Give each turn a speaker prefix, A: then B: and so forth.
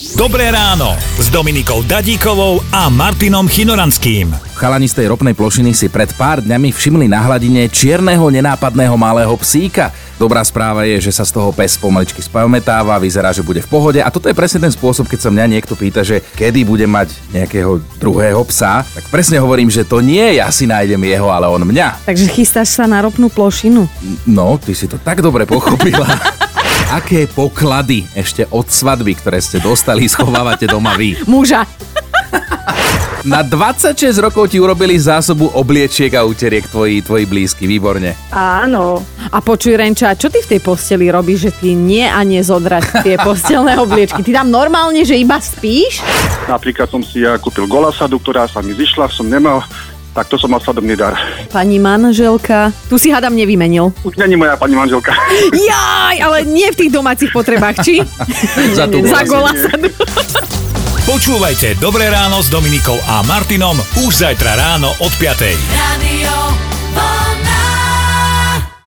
A: Dobré ráno s Dominikou Dadíkovou a Martinom Chinoranským.
B: Chalani z tej ropnej plošiny si pred pár dňami všimli na hladine čierneho nenápadného malého psíka. Dobrá správa je, že sa z toho pes pomaličky spamätáva, vyzerá, že bude v pohode a toto je presne ten spôsob, keď sa mňa niekto pýta, že kedy bude mať nejakého druhého psa, tak presne hovorím, že to nie ja si nájdem jeho, ale on mňa.
C: Takže chystáš sa na ropnú plošinu.
B: No, ty si to tak dobre pochopila. Aké poklady ešte od svadby, ktoré ste dostali, schovávate doma vy?
C: Muža.
B: Na 26 rokov ti urobili zásobu obliečiek a uteriek tvoji, tvoji blízky, výborne.
D: Áno,
C: A počuj, Renča, čo ty v tej posteli robíš, že ty nie a nezodrať tie postelné obliečky? Ty tam normálne, že iba spíš?
E: Napríklad som si ja kúpil golasadu, ktorá sa mi zišla, som nemal, tak to som mal svadobný dar.
C: Pani manželka, tu si hádam nevymenil.
E: Už není moja pani manželka.
C: Jaj, ale nie v tých domácich potrebách, či?
B: Za tú
C: Za
B: golasadu.
C: gola sa
A: Počúvajte Dobré ráno s Dominikou a Martinom už zajtra ráno od 5.
F: Radio